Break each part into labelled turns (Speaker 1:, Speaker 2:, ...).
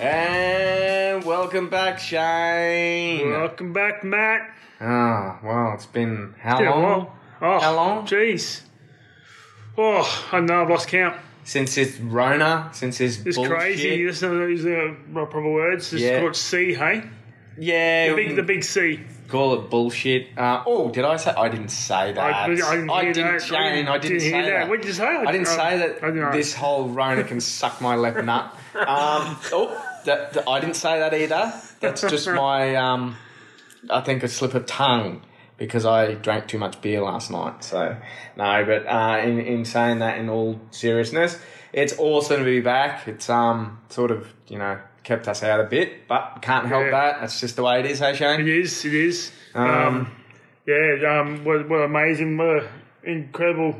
Speaker 1: And welcome back, Shane.
Speaker 2: Welcome back, Matt.
Speaker 1: Ah, well, it's been how
Speaker 2: Yeah,
Speaker 1: long?
Speaker 2: well, oh,
Speaker 1: How long?
Speaker 2: Jeez. Oh, I know. I've lost count.
Speaker 1: Since it's Rona, since it's
Speaker 2: It's
Speaker 1: bullshit.
Speaker 2: crazy. That's not those uh, proper words. It's
Speaker 1: Yeah.
Speaker 2: called C. Hey,
Speaker 1: Yeah,
Speaker 2: the big, the big C.
Speaker 1: call it bullshit. Uh, oh, did I say I didn't say that?
Speaker 2: I I didn't hear that.
Speaker 1: Shane. I didn't, say
Speaker 2: hear
Speaker 1: that.
Speaker 2: What did you say?
Speaker 1: I didn't
Speaker 2: oh,
Speaker 1: say that
Speaker 2: I don't know.
Speaker 1: this whole Rona can suck my left nut. Um, oh, that, that- I didn't say that either. That's just my, um, I think, a slip of tongue because I drank too much beer last night. So, no, but uh, in, in saying that in all seriousness, it's awesome to be back. It's um sort of, you know, kept us out a bit, but can't help
Speaker 2: Yeah.
Speaker 1: that. That's just the way it is, hey,
Speaker 2: It
Speaker 1: Shane?
Speaker 2: is. It is. Um, yeah. Um, what, what amazing, what a incredible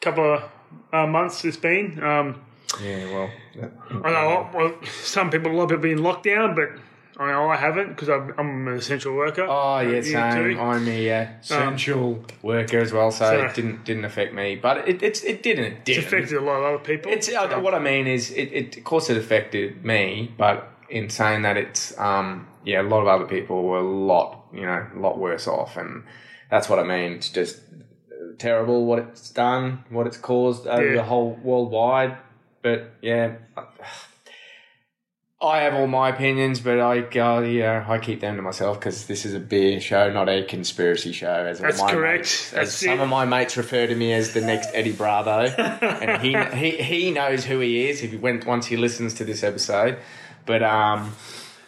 Speaker 2: couple of uh, months it's been. Um,
Speaker 1: Yeah, well. yeah.
Speaker 2: I know I- well, some people, a lot of people, in lockdown, but I know I haven't because I'm, I'm an essential worker.
Speaker 1: Oh yeah,
Speaker 2: You
Speaker 1: same.
Speaker 2: too.
Speaker 1: I'm a uh, essential worker as well, so
Speaker 2: Um, so-
Speaker 1: it didn't didn't affect me, but it it's, it didn't. It did.
Speaker 2: It's affected a lot of other people.
Speaker 1: It's uh, what I mean is it, it of course it affected me, but in saying that it's um yeah a lot of other people were a lot you know a lot worse off, and that's what I mean. It's just terrible what it's done, what it's caused over
Speaker 2: Yeah.
Speaker 1: the whole worldwide. But yeah, I have all my opinions, but I uh, yeah I keep them to myself because this is a beer show, not a conspiracy show. As all
Speaker 2: That's
Speaker 1: my
Speaker 2: correct.
Speaker 1: mates- as
Speaker 2: That's
Speaker 1: some
Speaker 2: it.
Speaker 1: of my mates refer to me as the next Eddie Bravo, and he he he knows who he is if he went once he listens to this episode. But um,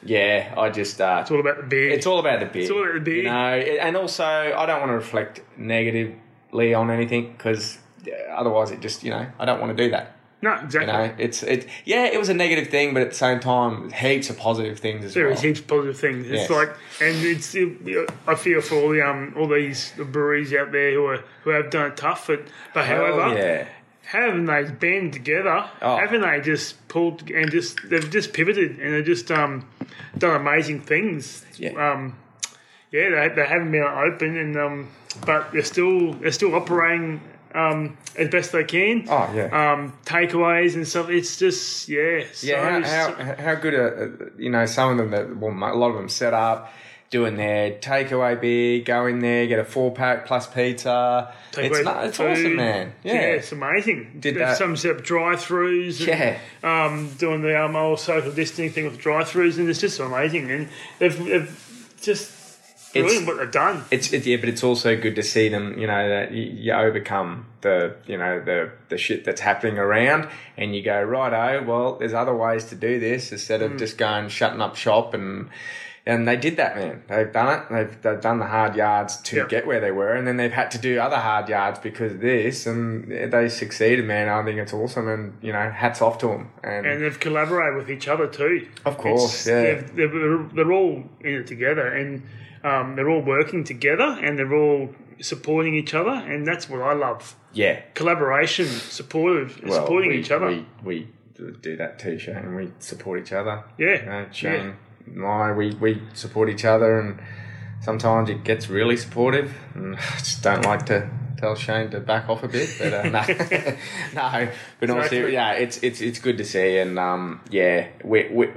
Speaker 1: yeah, I just uh,
Speaker 2: It's all about the beer.
Speaker 1: it's all about the beer. It's
Speaker 2: all about the beer.
Speaker 1: You know, it- and also I don't want to reflect negatively on anything because otherwise it just you know I don't want to do that.
Speaker 2: no, exactly.
Speaker 1: You know, it's it. Yeah, it was a negative thing, but at the same time, heaps of positive things as
Speaker 2: there
Speaker 1: well.
Speaker 2: is heaps of positive things.
Speaker 1: Yes.
Speaker 2: It's like, and it's. It, I feel for all the um all these breweries out there who are who have done it tough, but but
Speaker 1: Hell
Speaker 2: however,
Speaker 1: Oh, yeah.
Speaker 2: haven't they been together?
Speaker 1: Oh.
Speaker 2: Haven't they just pulled and just they've just pivoted and they've just um done amazing things.
Speaker 1: Yeah.
Speaker 2: Um, yeah, they, they haven't been open and um, but they're still they're still operating um as best they can.
Speaker 1: Oh yeah.
Speaker 2: Um, takeaways and stuff. It's just yeah. So,
Speaker 1: yeah.
Speaker 2: so-
Speaker 1: how, how how good are uh, you know some of them that well a lot of them set up. Doing their takeaway beer, go in there, get a four pack plus pizza. it's
Speaker 2: Takeaway
Speaker 1: not, it's
Speaker 2: food.
Speaker 1: awesome, man. Yeah,
Speaker 2: it's amazing.
Speaker 1: Did
Speaker 2: There's
Speaker 1: that-
Speaker 2: some set up drive-throughs.
Speaker 1: yeah.
Speaker 2: And, um, doing the um, old social distancing thing with drive-throughs, and it's just amazing. And they've, they've just brilliant what they've done.
Speaker 1: It's it, yeah, but it's also good to see them. You know that you, you overcome the you know the the shit that's happening around, and you go right. Oh well, there's other ways to do this instead
Speaker 2: Mm.
Speaker 1: of just going shutting up shop and. And they did that, man. They've done it. They've, they've done the hard yards to
Speaker 2: Yeah.
Speaker 1: get where they were, and then they've had to do other hard yards because of this, and they succeeded, man. I think it's awesome, and you know, hats off to them. And,
Speaker 2: And they've collaborated with each other too.
Speaker 1: Of course, yeah.
Speaker 2: they've- They're, they're all in it together, and um, they're all working together, and they're all supporting each other, and that's what I love.
Speaker 1: yeah,
Speaker 2: Collaboration, supportive,
Speaker 1: Well,
Speaker 2: supporting
Speaker 1: we-
Speaker 2: each other.
Speaker 1: We, we do that too, Shane. and We support each other.
Speaker 2: Yeah.
Speaker 1: You know, Shane and I, we, we support each other, and sometimes it gets really supportive. And I just don't like to tell Shane to back off a bit, but uh, no, no. But honestly,
Speaker 2: Exactly.
Speaker 1: yeah, it's it's it's good to see, and um, yeah, we we.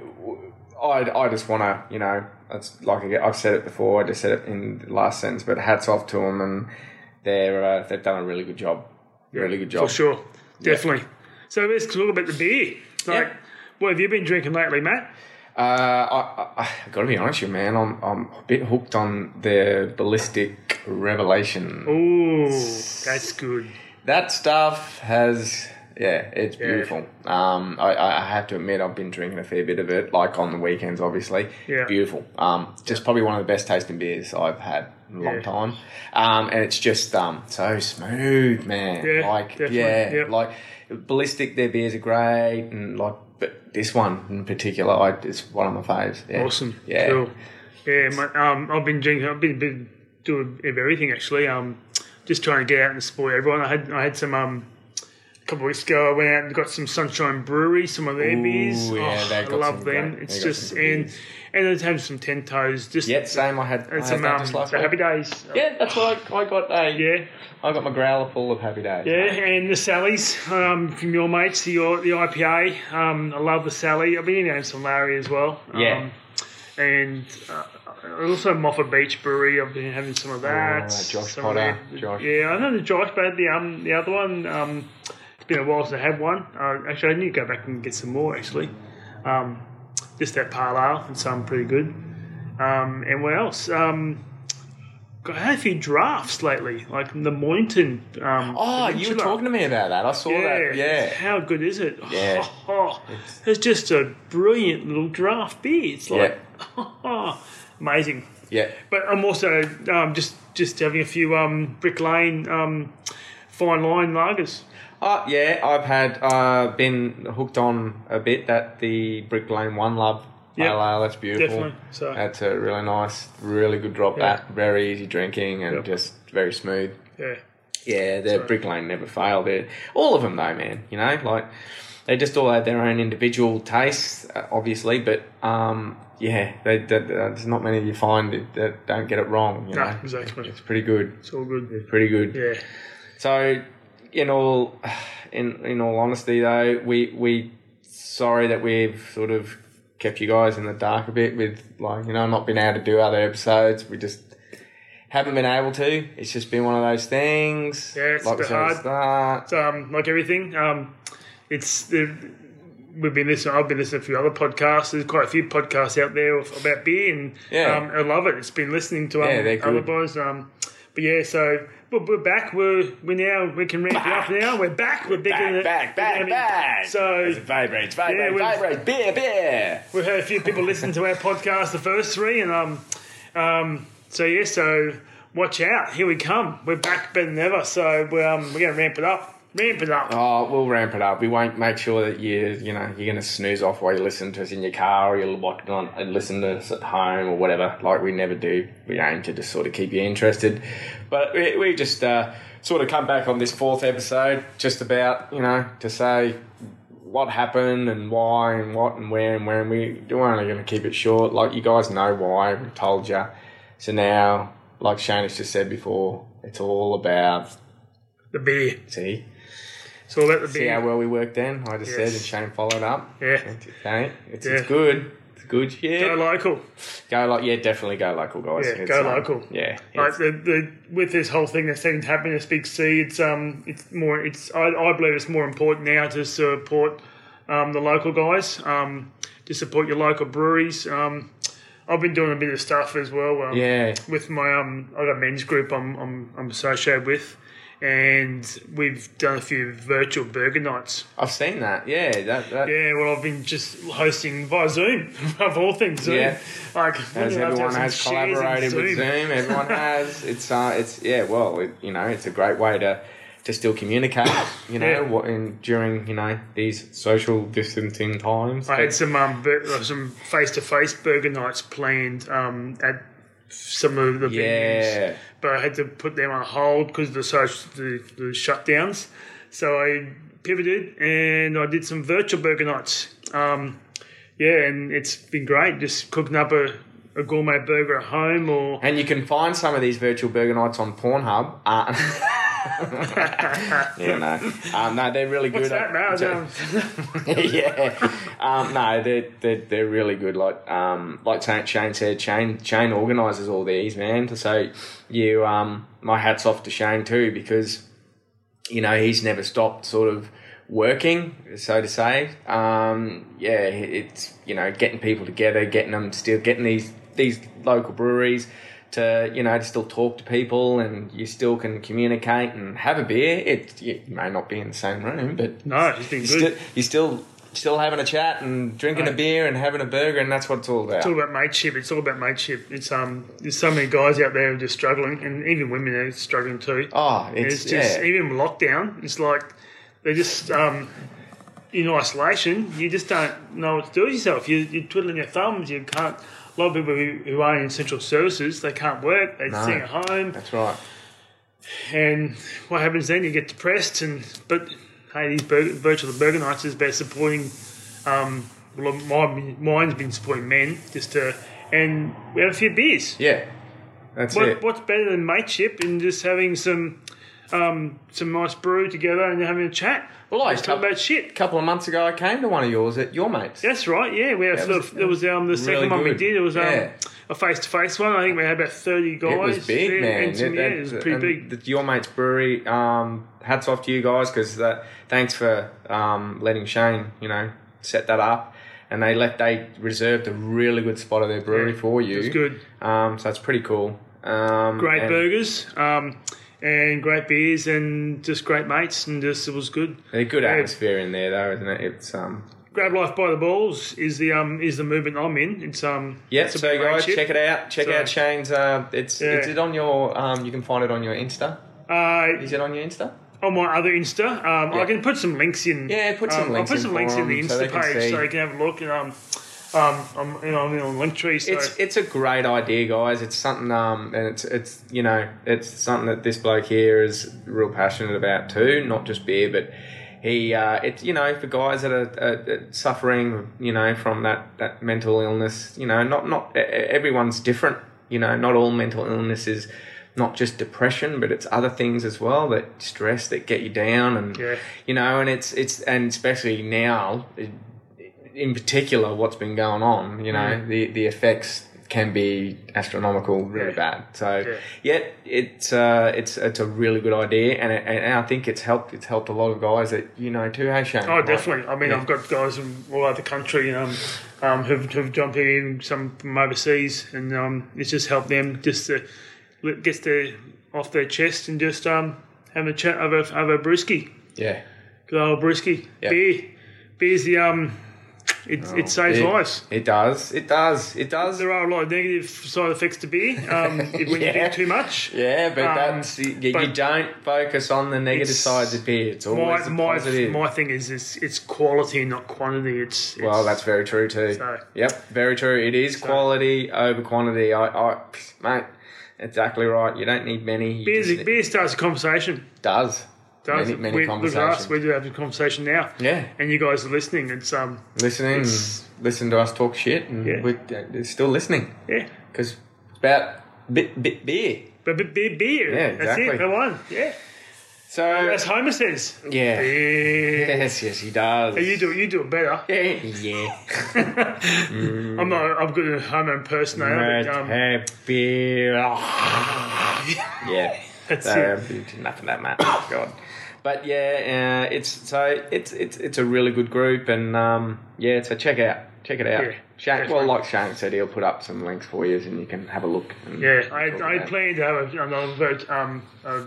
Speaker 1: I, I just want to, you know, it's like I get- I've said it before. I just said it in the last sentence, but hats off to them, and they're uh, they've done a really good job, really good job.
Speaker 2: For sure. Definitely. So let's talk about the beer. Like,
Speaker 1: Yeah.
Speaker 2: what have you been drinking lately, Matt?
Speaker 1: Uh, I, I, I gotta be honest with you, man. I'm, I'm a bit hooked on the ballistic revelation.
Speaker 2: Ooh, that's good.
Speaker 1: That stuff has, yeah, it's beautiful. Um, I, I I have to admit, I've been drinking a fair bit of it, like on the weekends, obviously.
Speaker 2: Yeah.
Speaker 1: Beautiful. Um, just probably one of the best tasting beers I've had in a long
Speaker 2: Yeah.
Speaker 1: time. Um, and it's just um so smooth, man.
Speaker 2: Yeah,
Speaker 1: like
Speaker 2: definitely.
Speaker 1: yeah,
Speaker 2: Yep.
Speaker 1: like ballistic. Their beers are great, and like. But this one in particular, I, it's one of my faves. Yeah.
Speaker 2: Awesome.
Speaker 1: Yeah.
Speaker 2: Cool. Yeah, my, um, I've been drinking. I've been, been doing a bit of everything actually. Um, just trying to get out and support everyone. I had I had some um, a couple of weeks ago, I went out and got some Sunshine Brewery, some of their
Speaker 1: Ooh,
Speaker 2: beers.
Speaker 1: yeah,
Speaker 2: oh,
Speaker 1: they
Speaker 2: I
Speaker 1: got
Speaker 2: love
Speaker 1: some
Speaker 2: them.
Speaker 1: great-
Speaker 2: it's
Speaker 1: they got
Speaker 2: just
Speaker 1: some good
Speaker 2: and and they've had some ten toes. Just
Speaker 1: Yeah, same. I had, I
Speaker 2: and
Speaker 1: had
Speaker 2: some
Speaker 1: that
Speaker 2: um,
Speaker 1: just last
Speaker 2: the happy
Speaker 1: week.
Speaker 2: days.
Speaker 1: Yeah, that's what I, I got. A,
Speaker 2: yeah.
Speaker 1: I got my growler full of happy days.
Speaker 2: Yeah, and the Sally's um, from your mates, the the IPA. Um, I love the Sally. I've been in Anson Larry as well. Um,
Speaker 1: Yeah.
Speaker 2: And uh, also Moffat Beach Brewery. I've been having some of that.
Speaker 1: Oh, Josh
Speaker 2: Some of
Speaker 1: Potter,
Speaker 2: the-
Speaker 1: Josh.
Speaker 2: Yeah, I know the Josh, but the um the other one. Um, it's been a while since I had one. Uh, actually, I need to go back and get some more. Actually, um, just that pale ale and some pretty good. Um, and what else? Um, got had a few drafts lately, like the Mornington. Um,
Speaker 1: Oh, you were
Speaker 2: Peninsula.
Speaker 1: talking to me about that. I saw that. Yeah.
Speaker 2: How good is it?
Speaker 1: Yeah.
Speaker 2: it's, just a brilliant little draft beer. It's like amazing.
Speaker 1: Yeah.
Speaker 2: But I'm also um, just just having a few um, Brick Lane um, fine line lagers.
Speaker 1: Uh, yeah, I've had uh, been hooked on a bit that the Brick Lane One Love
Speaker 2: Yeah,
Speaker 1: pale ale. That's beautiful.
Speaker 2: definitely. So-
Speaker 1: that's a really nice, really good drop.
Speaker 2: Yeah.
Speaker 1: That very easy drinking and
Speaker 2: Yep.
Speaker 1: just very smooth.
Speaker 2: Yeah.
Speaker 1: Yeah, the Brick Lane never failed. It all of them though, man. You know, like they just all had their own individual tastes, uh, obviously. But um, yeah, they, they, there's not many you find that, that don't get it wrong. You
Speaker 2: No,
Speaker 1: know,
Speaker 2: exactly.
Speaker 1: it's pretty good.
Speaker 2: It's all good.
Speaker 1: Pretty good.
Speaker 2: Yeah.
Speaker 1: So, in all, in in all honesty, though, we we sorry that we've sort of kept you guys in the dark a bit with like you know not being able to do other episodes. We just haven't been able to. It's just been one of those things.
Speaker 2: Yeah, it's
Speaker 1: like we
Speaker 2: a bit
Speaker 1: said at the
Speaker 2: hard.
Speaker 1: start.
Speaker 2: um, like everything. Um, it's the, we've been listening. I've been listening to a few other podcasts. There's quite a few podcasts out there of- about beer, and
Speaker 1: Yeah.
Speaker 2: um, I love it. It's been listening to um,
Speaker 1: Yeah, they're
Speaker 2: other
Speaker 1: good.
Speaker 2: boys. Um, but yeah, so we're, we're back. We're we now we can ramp it up now. We're back. We're, back,
Speaker 1: Back, back, back, back.
Speaker 2: So
Speaker 1: As it vibrates, vibrates,
Speaker 2: we've-
Speaker 1: vibrates. Beer, beer.
Speaker 2: We've had a few people listen to our podcast, the first three, and um, um, so yeah, so watch out. Here we come. We're back better than ever. So we're um, we're gonna ramp it up, ramp it up.
Speaker 1: Oh, we'll ramp it up. We won't make sure that you, you know, you're going to snooze off while you listen to us in your car or you'll watch it on and listen to us at home or whatever. Like we never do. We aim to just sort of keep you interested. But we, we just uh, sort of come back on this fourth episode just about, you know, to say what happened and why and what and where and where. And we, we're only going to keep it short. Like you guys know why. We told you. So now, like Shane has just said before, it's all about,
Speaker 2: The beer.
Speaker 1: see,
Speaker 2: It's all about the beer.
Speaker 1: See how well we worked then? I just said,
Speaker 2: Yes.
Speaker 1: and Shane followed up.
Speaker 2: Yeah.
Speaker 1: Okay, it's,
Speaker 2: Yeah.
Speaker 1: it's good. It's good shit.
Speaker 2: Go local.
Speaker 1: Go like, yeah, definitely go local, guys.
Speaker 2: Yeah,
Speaker 1: It's,
Speaker 2: go
Speaker 1: um,
Speaker 2: local.
Speaker 1: Yeah,
Speaker 2: Like
Speaker 1: it's-
Speaker 2: the, the with this whole thing that's starting to happen in Big C, it's um it's more it's I, I believe it's more important now to support um, the local guys, um, to support your local breweries. Um, I've been doing a bit of stuff as well. Um,
Speaker 1: yeah,
Speaker 2: with my um I got a men's group I'm I'm, I'm associated with and we've done a few virtual burger nights.
Speaker 1: I've seen that. Yeah, that, that
Speaker 2: Yeah, well, I've been just hosting via Zoom, of all things, Zoom.
Speaker 1: Yeah.
Speaker 2: Like,
Speaker 1: as
Speaker 2: wouldn't you
Speaker 1: everyone
Speaker 2: love to have some
Speaker 1: has
Speaker 2: shares in
Speaker 1: collaborated with Zoom, everyone has. It's uh, it's yeah. Well, it, you know, it's a great way to to still communicate. You know,
Speaker 2: Yeah.
Speaker 1: what in during you know these social distancing times.
Speaker 2: I had some um, bur- uh, some face to face burger nights planned um, at some of the venues,
Speaker 1: yeah,
Speaker 2: but I had to put them on hold because of the social the, the shutdowns. So I pivoted and I did some virtual burger nights. Um, yeah, and it's been great just cooking up a, a gourmet burger at home or
Speaker 1: and you can find some of these virtual burger nights on Pornhub. Uh, Yeah, no, um, no, they're really
Speaker 2: What's
Speaker 1: good.
Speaker 2: that, man?
Speaker 1: yeah, um, no, they're, they're they're really good. Like um, like Shane- Shane said, Shane Shane organises all these, man. So you, um, my hats off to Shane too because you know he's never stopped sort of working, so to say. Um, yeah, it's you know getting people together, getting them still getting these these local breweries to you know to still talk to people, and you still can communicate and have a beer. It you may not be in the same room, but
Speaker 2: No, it's been
Speaker 1: you
Speaker 2: good.
Speaker 1: still you still still having a chat and drinking a
Speaker 2: Right.
Speaker 1: beer and having a burger, and that's what it's all about.
Speaker 2: It's all about mateship. It's all about mateship. It's um, there's so many guys out there who are just struggling, and even women are struggling too.
Speaker 1: oh,
Speaker 2: It's
Speaker 1: it's,
Speaker 2: just
Speaker 1: yeah.
Speaker 2: even lockdown. It's like they're just um, in isolation. You just don't know what to do with yourself. You, you're twiddling your thumbs. You can't. A lot of people who, who are in essential services, they can't work. They're
Speaker 1: No.
Speaker 2: sitting at home,
Speaker 1: That's right.
Speaker 2: and what happens then? You get depressed, and but hey, these Bur- virtual burger nights is about supporting. Um, well, my mine's been supporting men just to, and we have a few beers.
Speaker 1: Yeah, that's
Speaker 2: What,
Speaker 1: it.
Speaker 2: What's better than mateship and just having some, um, some nice brew together and having a chat?
Speaker 1: Well, I
Speaker 2: Talk about shit.
Speaker 1: a couple of months ago, I came to one of yours at your mates.
Speaker 2: That's right. Yeah, we had
Speaker 1: That
Speaker 2: that was,
Speaker 1: was-
Speaker 2: it was um, the second
Speaker 1: really
Speaker 2: one we
Speaker 1: good.
Speaker 2: did. It was um,
Speaker 1: Yeah.
Speaker 2: a face to face one. I think we had about thirty guys.
Speaker 1: It was big,
Speaker 2: yeah,
Speaker 1: man.
Speaker 2: and some- yeah, it was pretty
Speaker 1: and
Speaker 2: big.
Speaker 1: the- your mates brewery. Um, hats off to you guys because thanks for um, letting Shane, you know, set that up. And they left. They reserved a really good spot of their brewery
Speaker 2: Yeah,
Speaker 1: for you.
Speaker 2: it was good.
Speaker 1: Um, so it's pretty cool. Um,
Speaker 2: great
Speaker 1: and
Speaker 2: burgers, um, and great beers, and just great mates, and just it was good.
Speaker 1: A good atmosphere in there, though, isn't it? It's um.
Speaker 2: Grab life by the balls is the um is the movement I'm in. It's um
Speaker 1: Yeah,
Speaker 2: it's
Speaker 1: so guys,
Speaker 2: ship.
Speaker 1: check it out. Check
Speaker 2: So-
Speaker 1: out Shane's. Uh, it's
Speaker 2: Yeah.
Speaker 1: it's it on your. Um, you can find it on your Insta.
Speaker 2: Uh,
Speaker 1: Is it on your Insta?
Speaker 2: on my other Insta, um, I
Speaker 1: Yeah.
Speaker 2: can put some links in.
Speaker 1: Yeah, put some
Speaker 2: um,
Speaker 1: links
Speaker 2: I'll put
Speaker 1: in
Speaker 2: some
Speaker 1: for
Speaker 2: links in the
Speaker 1: them
Speaker 2: Insta
Speaker 1: so they can
Speaker 2: page
Speaker 1: see.
Speaker 2: so you can have a look and um um I'm you know I'm on Linktree so
Speaker 1: It's it's a great idea, guys. It's something um, and it's it's you know it's something that this bloke here is real passionate about too. Not just beer, but he uh, it's you know for guys that are, are, are suffering you know from that that mental illness. You know, not not e- e- everyone's different. You know, not all mental illness is not just depression, but it's other things as well that stress that get you down and
Speaker 2: Yeah.
Speaker 1: you know, and it's it's and especially now in particular what's been going on, you know,
Speaker 2: Mm.
Speaker 1: the, the effects can be astronomical, really
Speaker 2: Yeah.
Speaker 1: bad. So,
Speaker 2: Yeah.
Speaker 1: yet it's uh, it's it's a really good idea, and it, and I think it's helped it's helped a lot of guys that you know too. Hey, Shane.
Speaker 2: Oh,
Speaker 1: Like,
Speaker 2: definitely. I mean,
Speaker 1: Yeah.
Speaker 2: I've got guys from all over the country um, um, who've, who've jumped in, some from overseas, and um, it's just helped them just to let- get their, off their chest and just um, have a chat over, over brewski.
Speaker 1: Yeah,
Speaker 2: Good old brewski.
Speaker 1: Yeah. Oh,
Speaker 2: Beer. Beer's the, um, it, it saves
Speaker 1: it,
Speaker 2: lives.
Speaker 1: It does. It does. It does.
Speaker 2: There are a lot of negative side effects to beer um, if when you
Speaker 1: Yeah.
Speaker 2: do too much.
Speaker 1: Yeah, but
Speaker 2: Um,
Speaker 1: that's you, you
Speaker 2: but-
Speaker 1: don't focus on the negative
Speaker 2: It's-
Speaker 1: sides of beer. It's always
Speaker 2: My,
Speaker 1: the
Speaker 2: my,
Speaker 1: positive.
Speaker 2: my thing is it's, it's quality, not quantity. It's, it's
Speaker 1: Well, that's very true too.
Speaker 2: So-
Speaker 1: yep, very true. It is quality over quantity. I, I, mate, exactly right. You don't need many. You
Speaker 2: beer's,
Speaker 1: just-
Speaker 2: beer starts a conversation.
Speaker 1: it does.
Speaker 2: does.
Speaker 1: Many, many
Speaker 2: we, Look at us,
Speaker 1: conversations.
Speaker 2: we do have a conversation now.
Speaker 1: yeah,
Speaker 2: And you guys are listening. It's um,
Speaker 1: listening,
Speaker 2: It's-
Speaker 1: listen to us talk shit, and
Speaker 2: Yeah.
Speaker 1: we're, they're still listening
Speaker 2: yeah,
Speaker 1: because it's about bit, bit beer.
Speaker 2: but but beer, beer.
Speaker 1: Yeah,
Speaker 2: That's
Speaker 1: exactly.
Speaker 2: it. Come on, yeah.
Speaker 1: So
Speaker 2: As Homer says,
Speaker 1: yeah,
Speaker 2: yeah.
Speaker 1: yes, yes, he does.
Speaker 2: You do it. You do it better.
Speaker 1: Yeah, yeah. Mm.
Speaker 2: I'm not. I'm good at Homer impersonator. But, um,
Speaker 1: happy. yeah.
Speaker 2: That's
Speaker 1: so, Enough of Um, that, man. God. But yeah, uh, it's so it's it's it's a really good group, and um, yeah, so check out check it out.
Speaker 2: Yeah.
Speaker 1: Shane, well, like Shane said, he'll put up some links for you, and you can have a look. And
Speaker 2: yeah,
Speaker 1: talk
Speaker 2: I, I
Speaker 1: about it.
Speaker 2: plan to have a, another um, a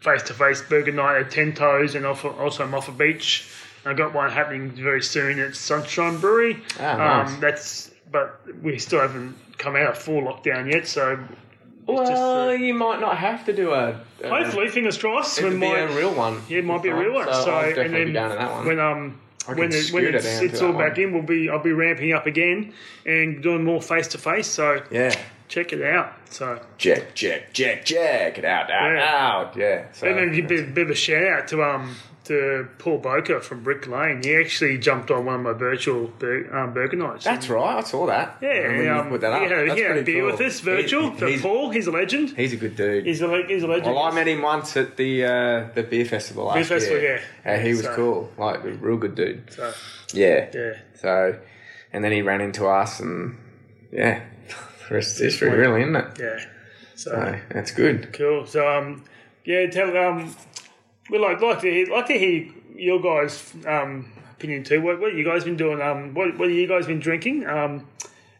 Speaker 2: face-to-face burger night at Ten Toes and off, also Moffa Beach. I got one happening very soon at Sunshine Brewery.
Speaker 1: Ah,
Speaker 2: um,
Speaker 1: nice.
Speaker 2: That's but we still haven't come out of full lockdown yet, so just
Speaker 1: Well,
Speaker 2: a-
Speaker 1: you might not have to do a. a
Speaker 2: Hopefully, fingers crossed.
Speaker 1: it
Speaker 2: When
Speaker 1: could be
Speaker 2: my,
Speaker 1: a real one.
Speaker 2: yeah, it might be a real one. So,
Speaker 1: So, I'll
Speaker 2: and
Speaker 1: definitely
Speaker 2: then
Speaker 1: be down at that one.
Speaker 2: when um
Speaker 1: can
Speaker 2: when it, when
Speaker 1: scoot it
Speaker 2: it's,
Speaker 1: down to
Speaker 2: it's
Speaker 1: that
Speaker 2: all
Speaker 1: one.
Speaker 2: back in, we'll be I'll be ramping up again and doing more face to face. So
Speaker 1: yeah,
Speaker 2: check it out. So
Speaker 1: check check check check it out out
Speaker 2: Yeah.
Speaker 1: out. Yeah. So,
Speaker 2: and then give a bit, bit of a shout out to um to Paul Boker from Brick Lane. He actually jumped on one of my virtual bur- um, burger nights.
Speaker 1: That's right. I saw that.
Speaker 2: yeah,
Speaker 1: And when
Speaker 2: and,
Speaker 1: you
Speaker 2: um,
Speaker 1: put that up,
Speaker 2: he had,
Speaker 1: that's
Speaker 2: he had a
Speaker 1: pretty
Speaker 2: beer
Speaker 1: cool.
Speaker 2: with us
Speaker 1: He-
Speaker 2: virtual.
Speaker 1: he-
Speaker 2: but
Speaker 1: he's,
Speaker 2: Paul, he's a legend.
Speaker 1: he's a good dude.
Speaker 2: He's a le- he's a legend.
Speaker 1: well, I met him once at the uh, the beer festival last
Speaker 2: festival,
Speaker 1: year.
Speaker 2: yeah.
Speaker 1: And he was
Speaker 2: So-
Speaker 1: cool, like a real good dude.
Speaker 2: So,
Speaker 1: Yeah.
Speaker 2: yeah.
Speaker 1: So, and then he ran into us, and yeah, the rest is history, really, isn't it?
Speaker 2: Yeah. So.
Speaker 1: So that's good.
Speaker 2: Cool. So um, yeah, tell um, we like like to hear, like to hear your guys' um opinion too. What what you guys been doing? Um, what what have you guys been drinking? Um,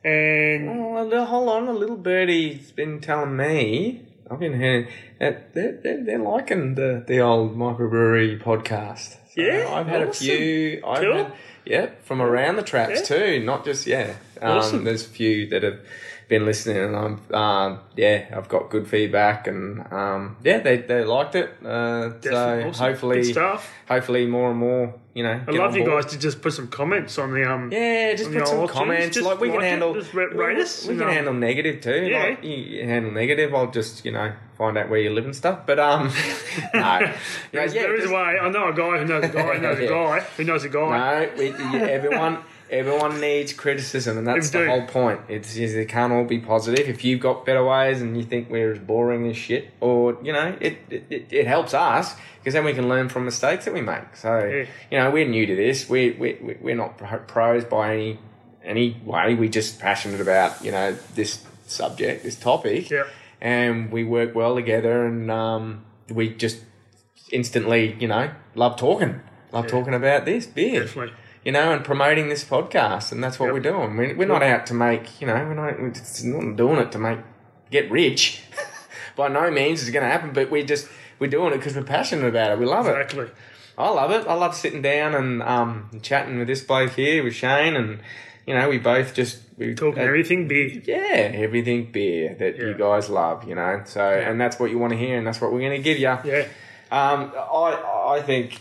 Speaker 2: and
Speaker 1: Well, hold on, Oh, a little birdie's been telling me. I've been hearing that they're, they're, they're liking the, the old microbrewery podcast. So
Speaker 2: Yeah,
Speaker 1: I've had
Speaker 2: awesome.
Speaker 1: a few. I've
Speaker 2: Cool.
Speaker 1: had, yeah, from around the traps
Speaker 2: Yeah.
Speaker 1: too, not just yeah. Um,
Speaker 2: Awesome.
Speaker 1: There's a few that have been listening, and I'm um, yeah, I've got good feedback, and um, yeah, they they liked it. Uh, so
Speaker 2: definitely awesome. good
Speaker 1: hopefully,
Speaker 2: stuff.
Speaker 1: hopefully more and more, you know.
Speaker 2: I love you guys to just put some comments on the um.
Speaker 1: Yeah, just
Speaker 2: on
Speaker 1: put
Speaker 2: the
Speaker 1: some
Speaker 2: old tunes,
Speaker 1: comments.
Speaker 2: just
Speaker 1: Like we can
Speaker 2: like it,
Speaker 1: handle,
Speaker 2: just ra-
Speaker 1: we-
Speaker 2: rate us,
Speaker 1: We
Speaker 2: you
Speaker 1: can
Speaker 2: know.
Speaker 1: handle negative too.
Speaker 2: Yeah.
Speaker 1: Like you handle negative, I'll just you know find out where you live and stuff. But um, no, You know,
Speaker 2: There's-
Speaker 1: yeah,
Speaker 2: there is
Speaker 1: just-
Speaker 2: a way. I know a guy who knows a guy who knows a
Speaker 1: Yeah.
Speaker 2: guy who knows a guy.
Speaker 1: No, we, you- everyone everyone needs criticism, and that's
Speaker 2: They
Speaker 1: the
Speaker 2: do.
Speaker 1: whole point. It's is it can't all be positive. If you've got better ways and you think we're as boring as shit, or you know, it it, it, it helps us because then we can learn from mistakes that we make. So
Speaker 2: Yeah.
Speaker 1: you know, we're new to this. We we we- we're not pro- pros by any any way. We're just passionate about you know this subject, this topic,
Speaker 2: Yep.
Speaker 1: and we work well together, and um, we just instantly, you know, love talking. Love talking about this beer,
Speaker 2: Definitely.
Speaker 1: you know, and promoting this podcast, and that's what
Speaker 2: Yep.
Speaker 1: we're doing. We're, we're not out to make, you know, we're not, we're just not doing it to make get rich. By no means is going to happen, but we're just we're doing it because we're passionate about it. We love it.
Speaker 2: Exactly.
Speaker 1: I love it. I love sitting down and um, chatting with this bloke here with Shane, and you know, we both just we
Speaker 2: Talking
Speaker 1: uh,
Speaker 2: everything beer.
Speaker 1: yeah, everything beer that you
Speaker 2: Yeah.
Speaker 1: guys love, you know. So, and that's what you want to hear, and that's what we're going to give you.
Speaker 2: Yeah.
Speaker 1: Um, I I think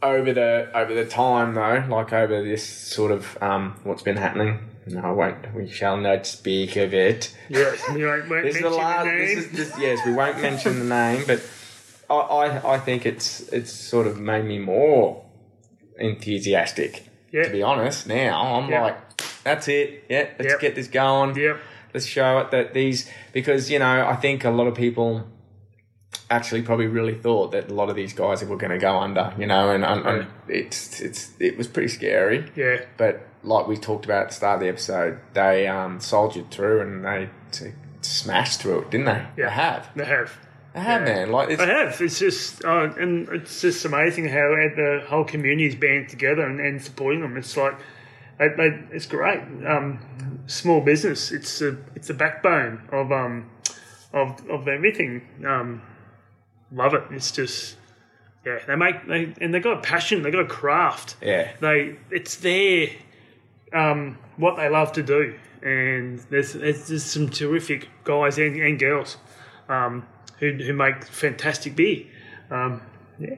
Speaker 1: over the over the time though, like over this sort of um, what's been happening. No, I won't. We shall not speak of it.
Speaker 2: Yeah. You ain't won't
Speaker 1: This
Speaker 2: mention
Speaker 1: is the last.
Speaker 2: the name.
Speaker 1: This is this, yes. We won't mention the name, but I, I I think it's it's sort of made me more enthusiastic.
Speaker 2: Yeah.
Speaker 1: To be honest, now I'm
Speaker 2: Yeah.
Speaker 1: like, that's it. Yeah, let's
Speaker 2: Yep.
Speaker 1: get this going
Speaker 2: Yep.
Speaker 1: let's show it that these because you know I think a lot of people actually probably really thought that a lot of these guys were going to go under, you know, and, and, and it's it's it was pretty scary.
Speaker 2: Yeah.
Speaker 1: But like we talked about at the start of the episode, they um, soldiered through and they t- smashed through it, didn't they?
Speaker 2: Yeah.
Speaker 1: They have,
Speaker 2: They have.
Speaker 1: they have,
Speaker 2: Yeah.
Speaker 1: man. Like it's
Speaker 2: They have. It's just, uh, and it's just amazing how the whole community's band together and, and supporting them. It's like, they, they, it's great. Um, small business. It's a, it's the backbone of, um, of, of everything. Um, love it. It's just, yeah. They make they and they got a passion. They got a craft.
Speaker 1: yeah,
Speaker 2: They, it's their, um, what they love to do. And there's, there's just some terrific guys and, and girls um, who, who make fantastic beer. Um, yeah,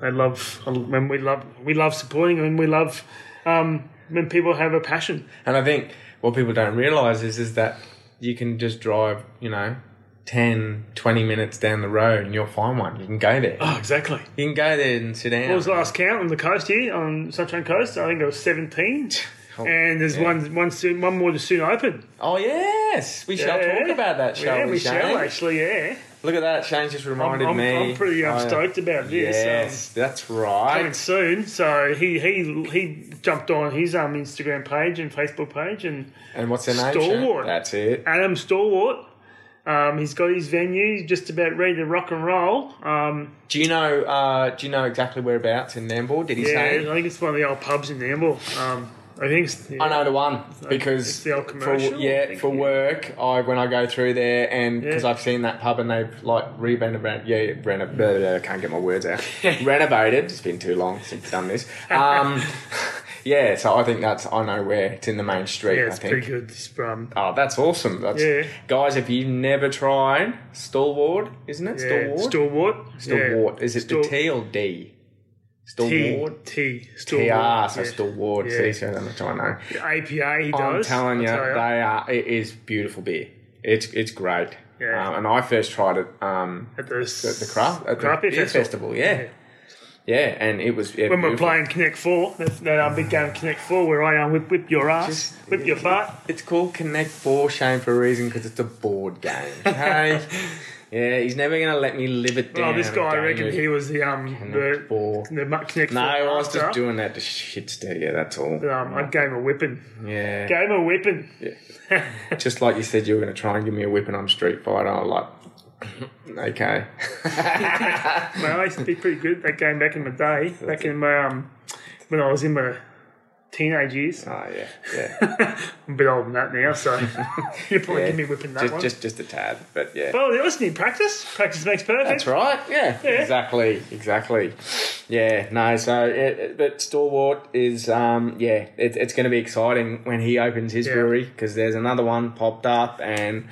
Speaker 2: I, I love when we love we love supporting and we love um, when people have a passion.
Speaker 1: and I think what people don't realize is is that you can just drive, you know. 10, 20 minutes down the road and you'll find one. You can go there.
Speaker 2: Oh, exactly.
Speaker 1: You can go there and sit down.
Speaker 2: What was the last count on the coast here on Sunshine Coast? I think it was seventeen.
Speaker 1: Oh,
Speaker 2: and there's
Speaker 1: yeah.
Speaker 2: one one soon one more to soon open.
Speaker 1: Oh yes, we shall
Speaker 2: Yeah.
Speaker 1: talk about that, shall
Speaker 2: yeah,
Speaker 1: we,
Speaker 2: we,
Speaker 1: Shane?
Speaker 2: shall actually. Yeah,
Speaker 1: Look at that, Shane just
Speaker 2: I'm,
Speaker 1: reminded
Speaker 2: I'm,
Speaker 1: me.
Speaker 2: I'm pretty um,
Speaker 1: I-
Speaker 2: stoked about this. um,
Speaker 1: Yes, that's
Speaker 2: coming
Speaker 1: right.
Speaker 2: soon. So he he he jumped on his um Instagram page and Facebook page and
Speaker 1: And what's their name? Shane?
Speaker 2: Stalwart.
Speaker 1: That's it.
Speaker 2: Adam Stalwart. Um, he's got his venue he's just about ready to rock and roll. Um,
Speaker 1: Do you know? Uh, do you know exactly whereabouts in Nambour? Did he
Speaker 2: yeah,
Speaker 1: say?
Speaker 2: I think it's one of the old pubs in Nambour. Um, I think it's, yeah,
Speaker 1: I know the one
Speaker 2: It's
Speaker 1: because
Speaker 2: the old
Speaker 1: for
Speaker 2: commercial. I
Speaker 1: yeah
Speaker 2: think,
Speaker 1: for work I when I go through there and because
Speaker 2: Yeah.
Speaker 1: I've seen that pub and they've like renovated yeah renovated can't get my words out renovated it's been too long since I've done this um yeah so I think that's I know where it's in the main street
Speaker 2: Yeah,
Speaker 1: I
Speaker 2: it's
Speaker 1: think
Speaker 2: pretty good. This um,
Speaker 1: Oh, that's awesome. That's,
Speaker 2: Yeah.
Speaker 1: Guys, if you've never tried Stalwart, isn't it?
Speaker 2: yeah,
Speaker 1: Stalwart?
Speaker 2: Stalwart.
Speaker 1: Stalwart. Is it
Speaker 2: Stal-
Speaker 1: the T or D?
Speaker 2: T
Speaker 1: Stalwart?
Speaker 2: T Stalwart.
Speaker 1: PR, so
Speaker 2: yeah.
Speaker 1: Stalwart.
Speaker 2: Yeah.
Speaker 1: See, so I'm not trying to know.
Speaker 2: APA. He does.
Speaker 1: I'm telling
Speaker 2: I
Speaker 1: you, they
Speaker 2: tell ya.
Speaker 1: are, it is beautiful beer. It's, it's great.
Speaker 2: Yeah.
Speaker 1: Um, and I first tried it um,
Speaker 2: at the,
Speaker 1: at the craft, at the
Speaker 2: craft beer
Speaker 1: beer
Speaker 2: festival.
Speaker 1: festival. Yeah. yeah. and it was. yeah,
Speaker 2: when we're
Speaker 1: beautiful.
Speaker 2: playing Connect Four, that, that uh, big game Connect Four, where I uh, whip, whip your ass,
Speaker 1: Just-
Speaker 2: whip your butt.
Speaker 1: It's called Connect Four Shame for a reason because it's a board game. Okay. yeah, he's never gonna let me live it down.
Speaker 2: Oh, this guy, I
Speaker 1: a game
Speaker 2: reckon
Speaker 1: of
Speaker 2: he was the um
Speaker 1: Connect
Speaker 2: the
Speaker 1: Four.
Speaker 2: the mu- Connect
Speaker 1: No,
Speaker 2: Four.
Speaker 1: I was
Speaker 2: master.
Speaker 1: just doing that to shit stir you. That's all.
Speaker 2: Um, I gave him a whipping.
Speaker 1: Yeah.
Speaker 2: Gave him a whipping.
Speaker 1: Just like you said, you were gonna try and give me a whipping on Street Fighter. I'm like, okay.
Speaker 2: Mate, I used to be pretty good. That game back in the day, back in my um when I was in my teenage years.
Speaker 1: Oh yeah, yeah.
Speaker 2: I'm a bit older than that now, so you'll probably
Speaker 1: Yeah.
Speaker 2: give me a whipping that
Speaker 1: just,
Speaker 2: one.
Speaker 1: just, just a tad, but yeah.
Speaker 2: well, there was new practice. Practice makes perfect.
Speaker 1: That's right. Yeah, exactly, exactly. Yeah, no. So, it, it- but Stalwart is, um, yeah, it, it's going to be exciting when he opens his
Speaker 2: Yeah.
Speaker 1: brewery because there's another one popped up, and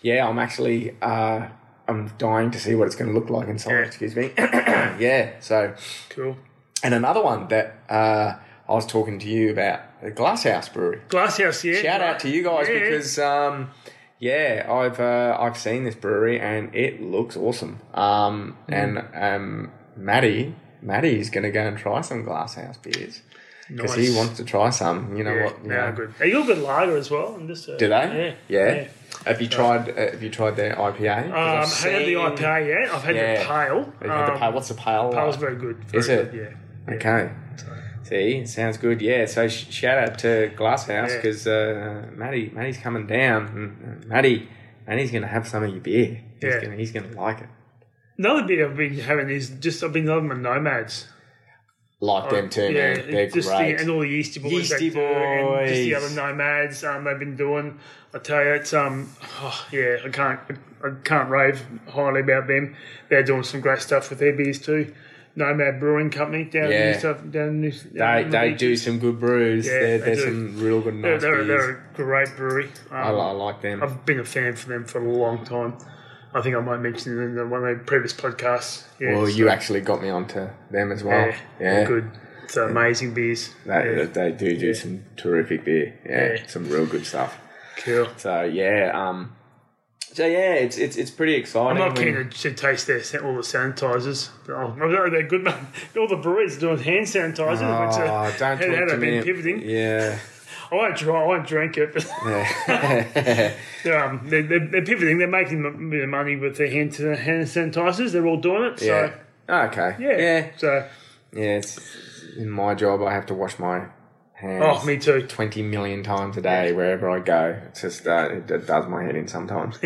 Speaker 1: yeah, I'm actually, uh, I'm dying to see what it's going to look like inside.
Speaker 2: Yeah.
Speaker 1: Excuse me. yeah. So,
Speaker 2: Cool.
Speaker 1: and another one that uh, I was talking to you about, the Glasshouse Brewery.
Speaker 2: Glasshouse, yeah.
Speaker 1: Shout out to you guys
Speaker 2: Yeah.
Speaker 1: because um, Yeah, I've uh, I've seen this brewery and it looks awesome. Um,
Speaker 2: Mm-hmm.
Speaker 1: and um, Maddie Maddie's going to go and try some Glasshouse beers because he
Speaker 2: Nice.
Speaker 1: wants to try some. You know
Speaker 2: Yeah,
Speaker 1: what? you
Speaker 2: they
Speaker 1: know.
Speaker 2: are good. They got good lager as well. And just, uh,
Speaker 1: Do they?
Speaker 2: Yeah.
Speaker 1: Yeah. Have you tried? Uh, have you tried their IPA? 'Cause
Speaker 2: Um, I
Speaker 1: I've
Speaker 2: haven't had the
Speaker 1: seen-
Speaker 2: IPA yet. I've had
Speaker 1: Yeah.
Speaker 2: the pale.
Speaker 1: Have you had the
Speaker 2: Um,
Speaker 1: pale? What's the pale? uh, like?
Speaker 2: Pale's very good. Very
Speaker 1: Is it?
Speaker 2: good, Yeah.
Speaker 1: Okay. See, it sounds good. Yeah. So sh- shout out to Glasshouse
Speaker 2: Yeah.
Speaker 1: because uh, Matty Matty's coming down. and, uh, Matty Matty's going to have some of your beer. He's
Speaker 2: Yeah.
Speaker 1: Gonna, he's going to like it.
Speaker 2: Another beer I've been having is just I've been loving my nomads.
Speaker 1: Like them too,
Speaker 2: yeah,
Speaker 1: man. They're
Speaker 2: just
Speaker 1: great.
Speaker 2: The, and all the Yeasty Boys.
Speaker 1: Yeasty
Speaker 2: they do, and Just the
Speaker 1: Boys.
Speaker 2: other nomads um, they've been doing. I tell you, it's um, oh, yeah, I can't, I can't rave highly about them. They're doing some great stuff with their beers too. Nomad Brewing Company down
Speaker 1: Yeah.
Speaker 2: in New South, down in New,
Speaker 1: they
Speaker 2: down in the
Speaker 1: they
Speaker 2: beach.
Speaker 1: do some good brews.
Speaker 2: Yeah,
Speaker 1: there,
Speaker 2: they
Speaker 1: there's
Speaker 2: do.
Speaker 1: some real good
Speaker 2: They're,
Speaker 1: nice
Speaker 2: they're,
Speaker 1: beers.
Speaker 2: they're a great brewery. Um,
Speaker 1: I, li- I like them.
Speaker 2: I've been a fan for them for a long time. I think I might mention it in the, one of my previous podcasts. Yeah,
Speaker 1: well,
Speaker 2: so-
Speaker 1: you actually got me onto them as well.
Speaker 2: yeah,
Speaker 1: Yeah,
Speaker 2: they're good. It's amazing beers.
Speaker 1: They,
Speaker 2: yeah,
Speaker 1: they do do some terrific beer.
Speaker 2: Yeah.
Speaker 1: yeah, some real good stuff.
Speaker 2: cool.
Speaker 1: So yeah, um, so yeah, it's it's it's pretty exciting.
Speaker 2: I'm not
Speaker 1: when-
Speaker 2: keen to, to taste their sa- all the sanitizers. Oh, no, they're good. man. All the breweries are doing hand sanitizers. which, uh,
Speaker 1: Oh, don't talk
Speaker 2: had, had
Speaker 1: to
Speaker 2: I
Speaker 1: me.
Speaker 2: been pivoting,
Speaker 1: Yeah.
Speaker 2: I won't try. I won't drink it. But
Speaker 1: Yeah.
Speaker 2: they're, um, they're, they're, they're pivoting. They're making a bit of money with their hand hand sanitizers. They're all doing it. So
Speaker 1: yeah. Okay.
Speaker 2: yeah.
Speaker 1: Yeah.
Speaker 2: So
Speaker 1: Yeah. It's in my job. I have to wash my hands.
Speaker 2: oh, me too.
Speaker 1: Twenty million times a day, wherever I go, it's just uh, it, it does my head in sometimes.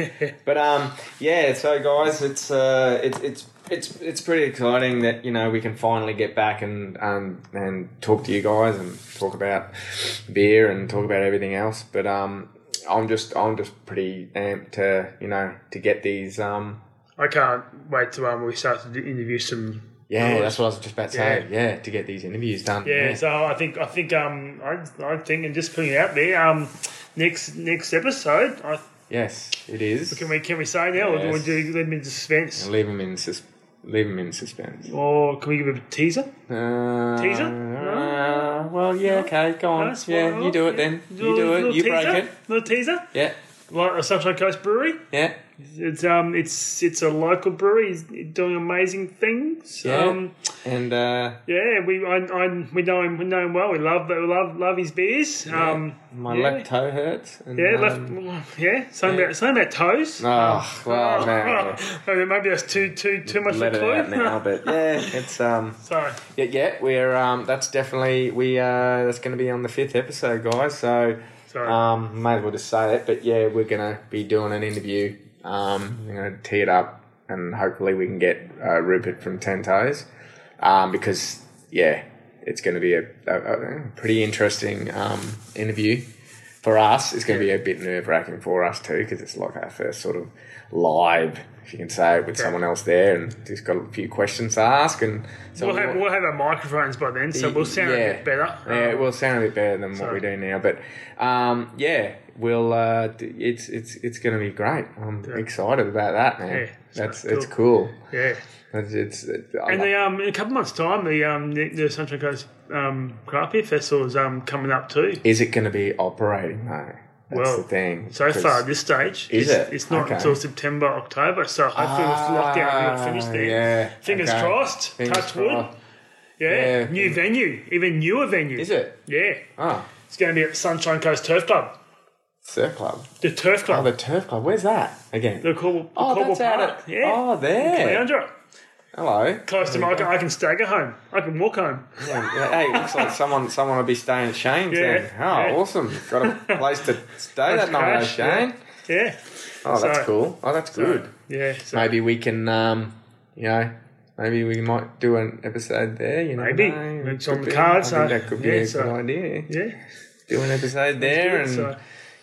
Speaker 1: but um, yeah. So guys, it's uh, it's it's it's it's pretty exciting that you know we can finally get back and um and talk to you guys and talk about beer and talk about everything else. But um, I'm just I'm just pretty amped to you know to get these um
Speaker 2: I can't wait till um, we start to interview some.
Speaker 1: Yeah, that's what I was just about to say. Yeah, to get these interviews done.
Speaker 2: Yeah, so I think I think um I I think and just putting it out there um next next episode I
Speaker 1: Yes, it is.
Speaker 2: Can we can we say now, or do we
Speaker 1: Yes.
Speaker 2: do leave them in suspense,
Speaker 1: leave them in sus- leave them in suspense.
Speaker 2: or can we give a teaser?
Speaker 1: Uh,
Speaker 2: Teaser?
Speaker 1: Uh, well, yeah, okay, go on.
Speaker 2: That's
Speaker 1: Um, yeah,
Speaker 2: fine.
Speaker 1: you do it then.
Speaker 2: Little-
Speaker 1: You do
Speaker 2: little
Speaker 1: it. You
Speaker 2: teaser,
Speaker 1: break it.
Speaker 2: Little teaser,
Speaker 1: Yeah,
Speaker 2: like Sunshine Coast Brewery.
Speaker 1: yeah,
Speaker 2: It's um, it's it's a local brewery. It's doing amazing things.
Speaker 1: Yeah.
Speaker 2: Um,
Speaker 1: and uh,
Speaker 2: yeah. We I, I, we know him. We know him well. We love we love love his beers. Um,
Speaker 1: my
Speaker 2: yeah.
Speaker 1: left toe hurts. And,
Speaker 2: Yeah,
Speaker 1: um,
Speaker 2: left. Yeah, something
Speaker 1: yeah.
Speaker 2: about something about toes.
Speaker 1: Oh, well, man.
Speaker 2: maybe that's too too too much
Speaker 1: Let
Speaker 2: for
Speaker 1: it
Speaker 2: clue.
Speaker 1: out now, but yeah, it's um,
Speaker 2: Sorry.
Speaker 1: yeah, yeah, we're um, that's definitely we uh, that's going to be on the fifth episode, guys. So
Speaker 2: Sorry.
Speaker 1: Um, may as well just say it, but yeah, we're gonna be doing an interview. Um, we're gonna tee it up, and hopefully we can get uh, Rupert from Ten Toes, um, because yeah, it's gonna be a, a, a pretty interesting um, interview for us. It's gonna be a bit nerve wracking for us too, because it's like our first sort of live, if you can say it, with someone else there, and just got a few questions to ask, and so
Speaker 2: We'll
Speaker 1: we
Speaker 2: have,
Speaker 1: want-
Speaker 2: we'll have our microphones by then, so we'll sound a bit better. Um,
Speaker 1: yeah, it will sound a bit better than what we do now, but um, yeah, we'll. Uh, d- it's it's it's going to be great. I'm excited about that, man.
Speaker 2: Yeah, so
Speaker 1: That's it's cool.
Speaker 2: Yeah.
Speaker 1: It's, it's it, I like-
Speaker 2: And the, um, in a couple months' time, the um, the, the Sunshine Coast um, Craft Beer Festival is um, coming up too.
Speaker 1: is it going to be operating though? That's
Speaker 2: Well,
Speaker 1: the thing.
Speaker 2: So
Speaker 1: 'cause-
Speaker 2: far, at this stage,
Speaker 1: Is
Speaker 2: it's,
Speaker 1: it?
Speaker 2: it's not
Speaker 1: Okay.
Speaker 2: until September, October. So hopefully, with lockdown,
Speaker 1: Ah,
Speaker 2: we'll finish there.
Speaker 1: Yeah,
Speaker 2: Fingers
Speaker 1: okay.
Speaker 2: crossed.
Speaker 1: Fingers
Speaker 2: touch wood.
Speaker 1: crossed.
Speaker 2: Yeah.
Speaker 1: Yeah.
Speaker 2: New venue, even newer venue.
Speaker 1: Is it?
Speaker 2: Yeah.
Speaker 1: Oh,
Speaker 2: It's going to be at Sunshine Coast Turf Club.
Speaker 1: surf club.
Speaker 2: The Turf
Speaker 1: Oh,
Speaker 2: Club.
Speaker 1: the turf club. Where's that again?
Speaker 2: the Corbel, the
Speaker 1: oh,
Speaker 2: Corbel
Speaker 1: that's out
Speaker 2: Park.
Speaker 1: at
Speaker 2: yeah.
Speaker 1: oh there.
Speaker 2: Leandra.
Speaker 1: Hello.
Speaker 2: Close to my, I can, I can stagger home. I can walk home.
Speaker 1: Yeah, yeah, hey, looks like someone someone will be staying at Shane's.
Speaker 2: Yeah,
Speaker 1: then. Oh,
Speaker 2: yeah.
Speaker 1: awesome! Got a place to stay that night, eh,
Speaker 2: crash, yeah.
Speaker 1: Shane.
Speaker 2: Yeah.
Speaker 1: Oh, that's
Speaker 2: So-
Speaker 1: cool. Oh, that's good.
Speaker 2: Yeah. So
Speaker 1: Maybe we can, um, you know, maybe we might do an episode there. You know,
Speaker 2: Maybe.
Speaker 1: know.
Speaker 2: Maybe it's
Speaker 1: Could
Speaker 2: on the
Speaker 1: be-
Speaker 2: cards,
Speaker 1: I think
Speaker 2: so-
Speaker 1: that could be
Speaker 2: yeah,
Speaker 1: a
Speaker 2: so-
Speaker 1: good idea.
Speaker 2: yeah.
Speaker 1: Do an episode there and
Speaker 2: so-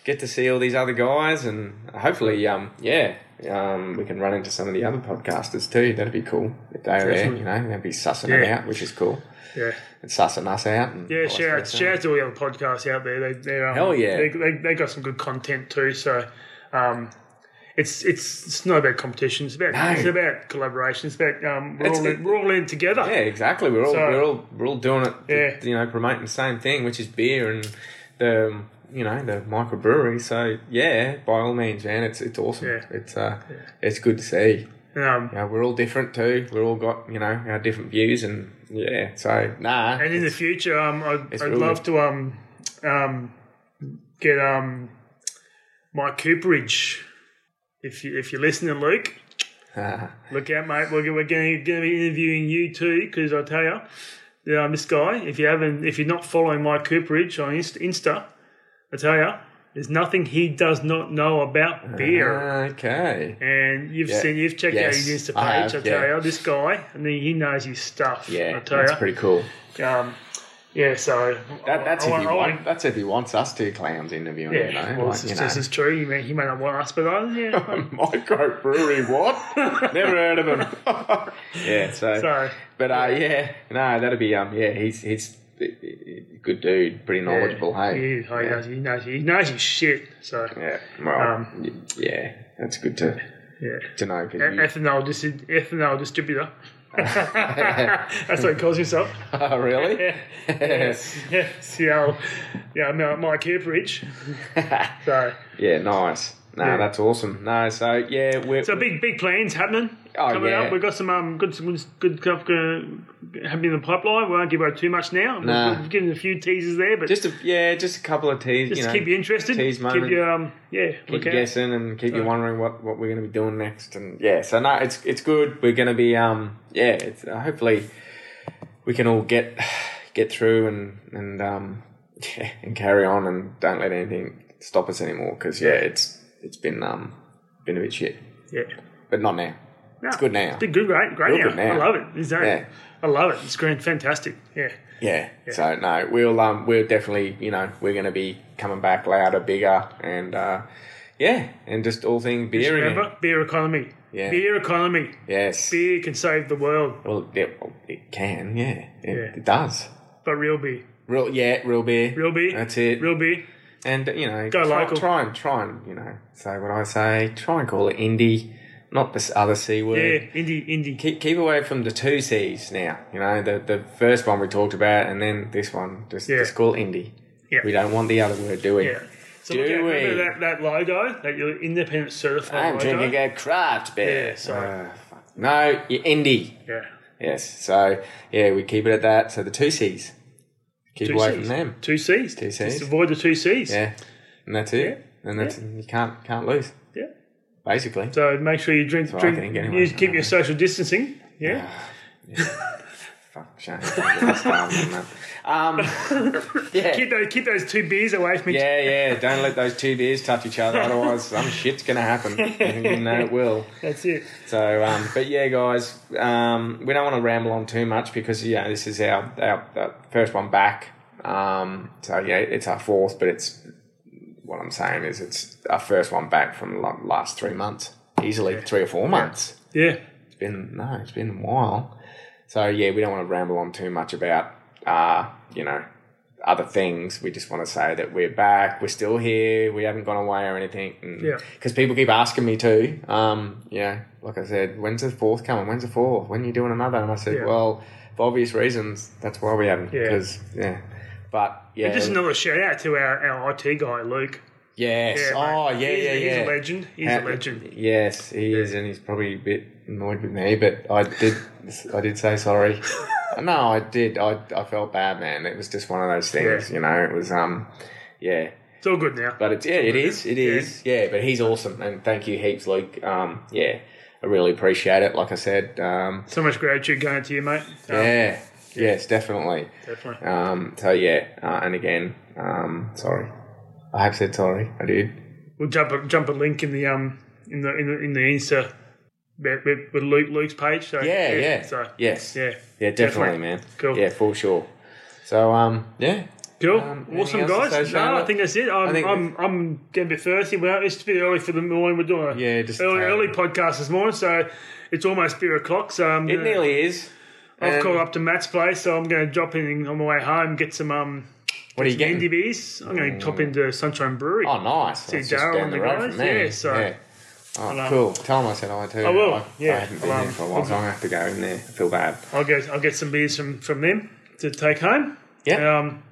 Speaker 1: get to see all these other guys, and hopefully, um, yeah, um, we can run into some of the other podcasters too. That'd be cool if they were there.
Speaker 2: Definitely.
Speaker 1: You know, they'd be sussing it
Speaker 2: Yeah.
Speaker 1: out, which is cool.
Speaker 2: Yeah.
Speaker 1: And sussing us out. And all
Speaker 2: Yeah,
Speaker 1: that
Speaker 2: shout out,
Speaker 1: stuff.
Speaker 2: shout out to all the other podcasts out there. They, they, um,
Speaker 1: Hell yeah.
Speaker 2: They, they, they got some good content too. So, um, it's it's it's not about competition. It's about
Speaker 1: No.
Speaker 2: it's about collaboration. It's about um, we're
Speaker 1: It's-
Speaker 2: all
Speaker 1: it-
Speaker 2: in, we're all in together.
Speaker 1: Yeah, exactly. We're all
Speaker 2: So-
Speaker 1: we're all we're all doing it.
Speaker 2: Yeah.
Speaker 1: You know, promoting the same thing, which is beer and the you know the microbrewery. So yeah, by all means, man, it's it's awesome.
Speaker 2: Yeah.
Speaker 1: It's uh, it's good to see.
Speaker 2: And, um,
Speaker 1: You know, we're all different too. We're all got you know our different views and yeah. So nah,
Speaker 2: and in the future, um, I'd,
Speaker 1: it's
Speaker 2: I'd
Speaker 1: really
Speaker 2: love to um, um, get um, Mike Cooperage. If you if you're listening, Luke, look out, mate. We're, we're going to be interviewing you too because I tell you, um, this guy. If you haven't, if you're not following Mike Cooperage on Inst- Insta, I tell you, there's nothing he does not know about beer.
Speaker 1: Okay.
Speaker 2: And you've
Speaker 1: Uh-huh. Yeah.
Speaker 2: seen, you've checked out
Speaker 1: Yes,
Speaker 2: his Insta page.
Speaker 1: I
Speaker 2: I,
Speaker 1: have,
Speaker 2: tell
Speaker 1: yeah.
Speaker 2: you, this guy, I mean, he knows his stuff.
Speaker 1: Yeah,
Speaker 2: I tell
Speaker 1: that's
Speaker 2: you.
Speaker 1: pretty cool.
Speaker 2: um, yeah, so
Speaker 1: That, that's
Speaker 2: I,
Speaker 1: if
Speaker 2: I,
Speaker 1: he
Speaker 2: I,
Speaker 1: want, that's if he wants us to clowns interviewing.
Speaker 2: yeah,
Speaker 1: you know,
Speaker 2: well,
Speaker 1: like,
Speaker 2: this, is,
Speaker 1: you
Speaker 2: this
Speaker 1: know.
Speaker 2: is true. He may, he may not want us, but I, yeah.
Speaker 1: microbrewery. What? Never heard of him. yeah. So,
Speaker 2: so
Speaker 1: but uh, yeah, no, that'd be um, yeah, he's he's a good dude, pretty knowledgeable.
Speaker 2: yeah,
Speaker 1: Hey,
Speaker 2: he, he, knows, he knows, he knows his shit. So
Speaker 1: yeah, well,
Speaker 2: Um,
Speaker 1: y- yeah, that's good to
Speaker 2: yeah.
Speaker 1: to know
Speaker 2: E-
Speaker 1: because
Speaker 2: Ethanol, dis- ethanol distributor. That's what he calls himself.
Speaker 1: oh, really.
Speaker 2: Yeah. Yes. Yes. Yeah. Yeah. no, Mike Cooperage. So,
Speaker 1: yeah, nice. No,
Speaker 2: Yeah.
Speaker 1: that's awesome. No, so yeah, we're
Speaker 2: so big, big plans happening.
Speaker 1: Oh,
Speaker 2: coming
Speaker 1: yeah.
Speaker 2: up. We've got some um, good, some good stuff uh, happening in the pipeline. We won't give away too much now.
Speaker 1: Nah.
Speaker 2: We've given a few teasers there, but just,
Speaker 1: just a, yeah, just a couple of teas. you know,
Speaker 2: to keep you interested.
Speaker 1: tease
Speaker 2: keep
Speaker 1: moment.
Speaker 2: you, um, yeah,
Speaker 1: keep
Speaker 2: look
Speaker 1: you
Speaker 2: out.
Speaker 1: guessing and keep you wondering what, what we're going to be doing next. And yeah, so no, it's it's good. We're going to be um yeah, it's, uh, hopefully we can all get get through and and um yeah, and carry on and don't let anything stop us anymore. Because yeah, it's it's been um been a bit shit,
Speaker 2: Yeah.
Speaker 1: but not now.
Speaker 2: No,
Speaker 1: It's good now.
Speaker 2: It's been good, right? Great
Speaker 1: Real
Speaker 2: now.
Speaker 1: good now.
Speaker 2: I love it. It's great.
Speaker 1: Yeah.
Speaker 2: I love it. It's great. Fantastic. Yeah.
Speaker 1: Yeah. So no, we'll um we're definitely you know we're going to be coming back louder, bigger, and uh yeah, and just all thing beer again.
Speaker 2: Remember? Beer economy.
Speaker 1: Yeah.
Speaker 2: Beer economy.
Speaker 1: Yes.
Speaker 2: Beer can save the world,
Speaker 1: Well, it, well, it can, yeah. It,
Speaker 2: Yeah.
Speaker 1: it does.
Speaker 2: but real beer.
Speaker 1: Real, yeah, real beer.
Speaker 2: Real beer.
Speaker 1: That's it.
Speaker 2: Real beer.
Speaker 1: and you know,
Speaker 2: Go
Speaker 1: try,
Speaker 2: local.
Speaker 1: Try and try and you know, say what I say. Try and call it indie, not this other c
Speaker 2: Yeah.
Speaker 1: word.
Speaker 2: Indie. Indie.
Speaker 1: Keep keep away from the two c's now. You know, the the first one we talked about, and then this one. Just
Speaker 2: Yeah.
Speaker 1: just call it indie.
Speaker 2: Yeah.
Speaker 1: We don't want the other word, do we?
Speaker 2: Yeah. So
Speaker 1: Do
Speaker 2: look out,
Speaker 1: we?
Speaker 2: remember that, that logo, that your independent certified
Speaker 1: I'm
Speaker 2: logo.
Speaker 1: drinking a craft beer.
Speaker 2: Yeah, sorry.
Speaker 1: Uh, fuck. no, you're indie.
Speaker 2: Yeah.
Speaker 1: Yes. So yeah, we keep it at that. So the two c's. Keep
Speaker 2: Two
Speaker 1: away
Speaker 2: C's.
Speaker 1: from them.
Speaker 2: Two C's.
Speaker 1: Two Cs.
Speaker 2: Just avoid the two C's.
Speaker 1: Yeah, and that's it. And that's you can't can't lose
Speaker 2: Yeah.
Speaker 1: basically.
Speaker 2: So make sure you drink.
Speaker 1: what I
Speaker 2: drink
Speaker 1: think anyway.
Speaker 2: You keep your social distancing. Yeah.
Speaker 1: Fuck shame. um, yeah,
Speaker 2: Keep those keep those two beers away from each.
Speaker 1: yeah, yeah. Don't let those two beers touch each other, otherwise some shit's gonna happen. And you know it will.
Speaker 2: That's it.
Speaker 1: So, um, but yeah, guys, um, we don't want to ramble on too much because you know this is our our, our first one back. Um, so yeah, it's our fourth, but it's what I'm saying is it's our first one back from the last three months, easily three or four months.
Speaker 2: Yeah.
Speaker 1: It's been no, it's been a while. So yeah, we don't want to ramble on too much about uh, you know, other things. We just want to say that we're back, we're still here, we haven't gone away or anything.
Speaker 2: Yeah.
Speaker 1: Because people keep asking me too. Um, yeah, like I said, when's the fourth coming? When's the fourth? When are you doing another? And I said,
Speaker 2: Yeah.
Speaker 1: well, for obvious reasons, that's why we haven't.
Speaker 2: Yeah.
Speaker 1: Because yeah. But yeah,
Speaker 2: Just another shout out to our, our IT guy Luke.
Speaker 1: yes.
Speaker 2: Yeah,
Speaker 1: oh
Speaker 2: mate.
Speaker 1: yeah,
Speaker 2: he's,
Speaker 1: yeah, yeah.
Speaker 2: He's a legend. He's
Speaker 1: Uh,
Speaker 2: a legend.
Speaker 1: Yes, he is, and he's probably a bit annoyed with me, but I did, I did say sorry. no, I did. I, I felt bad, man. It was just one of those things, you know. It was, um, yeah,
Speaker 2: It's all good now.
Speaker 1: but it's yeah, it is, it is, yeah. But he's awesome, and thank you heaps, Luke. Um, yeah, I really appreciate it. Like I said, um,
Speaker 2: So much gratitude going to you, mate. Um,
Speaker 1: yeah, yes, definitely.
Speaker 2: Definitely.
Speaker 1: Um, so yeah, uh, and again, um, sorry. I have said sorry. I did.
Speaker 2: We'll jump a, jump a link in the um in the in the, in the Insta with, with, with Luke Luke's page. So,
Speaker 1: Yeah, yeah.
Speaker 2: So
Speaker 1: yes.
Speaker 2: yeah.
Speaker 1: Yeah, definitely,
Speaker 2: Definitely.
Speaker 1: man.
Speaker 2: Cool.
Speaker 1: Yeah, for sure. So, um, yeah,
Speaker 2: Cool.
Speaker 1: Um, anything
Speaker 2: awesome,
Speaker 1: else to
Speaker 2: guys.
Speaker 1: say,
Speaker 2: No, I
Speaker 1: Charlotte?
Speaker 2: think that's it. I'm,
Speaker 1: I think-
Speaker 2: I'm, I'm getting a bit thirsty. Well, it's a bit early for the morning. We're doing a
Speaker 1: Yeah, just
Speaker 2: early,
Speaker 1: tired.
Speaker 2: early podcast this morning, so it's almost beer o'clock. So I'm
Speaker 1: it
Speaker 2: gonna,
Speaker 1: nearly is.
Speaker 2: I've
Speaker 1: And
Speaker 2: called up to Matt's place, so I'm going to drop in on my way home, get some um
Speaker 1: What are you
Speaker 2: indie
Speaker 1: getting?
Speaker 2: beers. I'm going to top into Sunshine Brewery.
Speaker 1: Oh, nice. See That's just
Speaker 2: Darryl
Speaker 1: down
Speaker 2: and
Speaker 1: the
Speaker 2: the
Speaker 1: road
Speaker 2: guys?
Speaker 1: from there.
Speaker 2: Yeah, so-
Speaker 1: Oh,
Speaker 2: um,
Speaker 1: cool. Tell them I said hi too. I
Speaker 2: will,
Speaker 1: I,
Speaker 2: yeah,
Speaker 1: haven't been
Speaker 2: I'll,
Speaker 1: there
Speaker 2: um,
Speaker 1: for a while, so I'm gonna have to go in there. I feel bad.
Speaker 2: I'll get I'll get some beers from from them to take home.
Speaker 1: Yeah.
Speaker 2: Um,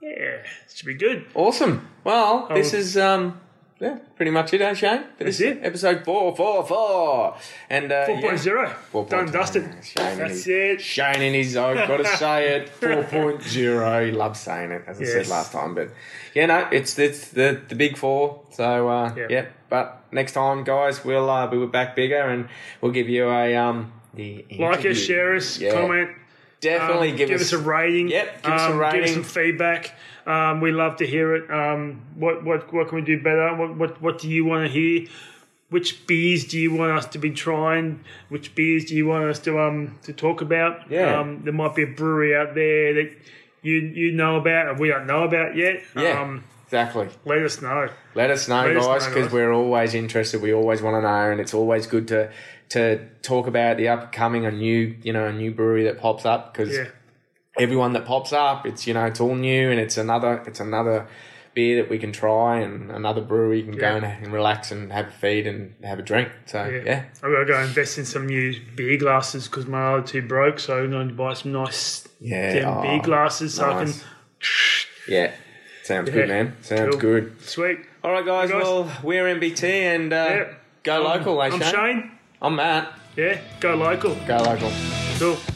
Speaker 2: yeah, Yeah, should be good.
Speaker 1: Awesome. Well, this
Speaker 2: Oh.
Speaker 1: is um yeah, pretty much it, eh, Shane? For
Speaker 2: That's
Speaker 1: this
Speaker 2: it.
Speaker 1: Episode four, four, four, and uh,
Speaker 2: Four point
Speaker 1: yeah.
Speaker 2: zero.
Speaker 1: Four
Speaker 2: Done,
Speaker 1: point
Speaker 2: dusted.
Speaker 1: zero. Shane and
Speaker 2: That's
Speaker 1: his-
Speaker 2: it.
Speaker 1: Shane in his I've got to say it. 4.0. He loves saying it, as I
Speaker 2: Yes.
Speaker 1: said last time. But yeah, no, it's it's the the big four. So uh,
Speaker 2: Yeah.
Speaker 1: yeah. But next time, guys, we'll uh, we'll be back bigger and we'll give you a um the
Speaker 2: Like
Speaker 1: interview.
Speaker 2: us, share us,
Speaker 1: Yeah.
Speaker 2: comment.
Speaker 1: Definitely
Speaker 2: um,
Speaker 1: give, us,
Speaker 2: a rating.
Speaker 1: Yep, give us a
Speaker 2: um, Give us
Speaker 1: rating.
Speaker 2: some feedback. Um, we love to hear it. Um, what what what can we do better? What what what do you want to hear? Which beers do you want us to be trying? Which beers do you want us to um to talk about?
Speaker 1: Yeah.
Speaker 2: Um, there might be a brewery out there that you you know about and we don't know about yet.
Speaker 1: Yeah.
Speaker 2: Um,
Speaker 1: exactly.
Speaker 2: let us know.
Speaker 1: Let us know,
Speaker 2: Let us
Speaker 1: guys,
Speaker 2: know,
Speaker 1: because
Speaker 2: guys.
Speaker 1: we're always interested. We always want to know, and it's always good to to talk about the upcoming a new you know a new brewery that pops up because
Speaker 2: Yeah.
Speaker 1: everyone that pops up, it's you know it's all new and it's another it's another beer that we can try and another brewery you can
Speaker 2: Yeah.
Speaker 1: go and, and relax and have a feed and have a drink. So yeah,
Speaker 2: I've got to go invest in some new beer glasses because my other two broke, so I'm going to buy some nice
Speaker 1: yeah,
Speaker 2: damn
Speaker 1: oh,
Speaker 2: beer glasses so I
Speaker 1: nice.
Speaker 2: can.
Speaker 1: yeah. Sounds
Speaker 2: Yeah.
Speaker 1: good, man. Sounds
Speaker 2: Cool.
Speaker 1: good.
Speaker 2: Sweet.
Speaker 1: All right, guys.
Speaker 2: Hey, guys.
Speaker 1: Well, we're MBT and uh,
Speaker 2: Yeah.
Speaker 1: go local, eh,
Speaker 2: I'm
Speaker 1: Shane?
Speaker 2: Shane.
Speaker 1: I'm Matt.
Speaker 2: Yeah, go local.
Speaker 1: Go local.
Speaker 2: Cool.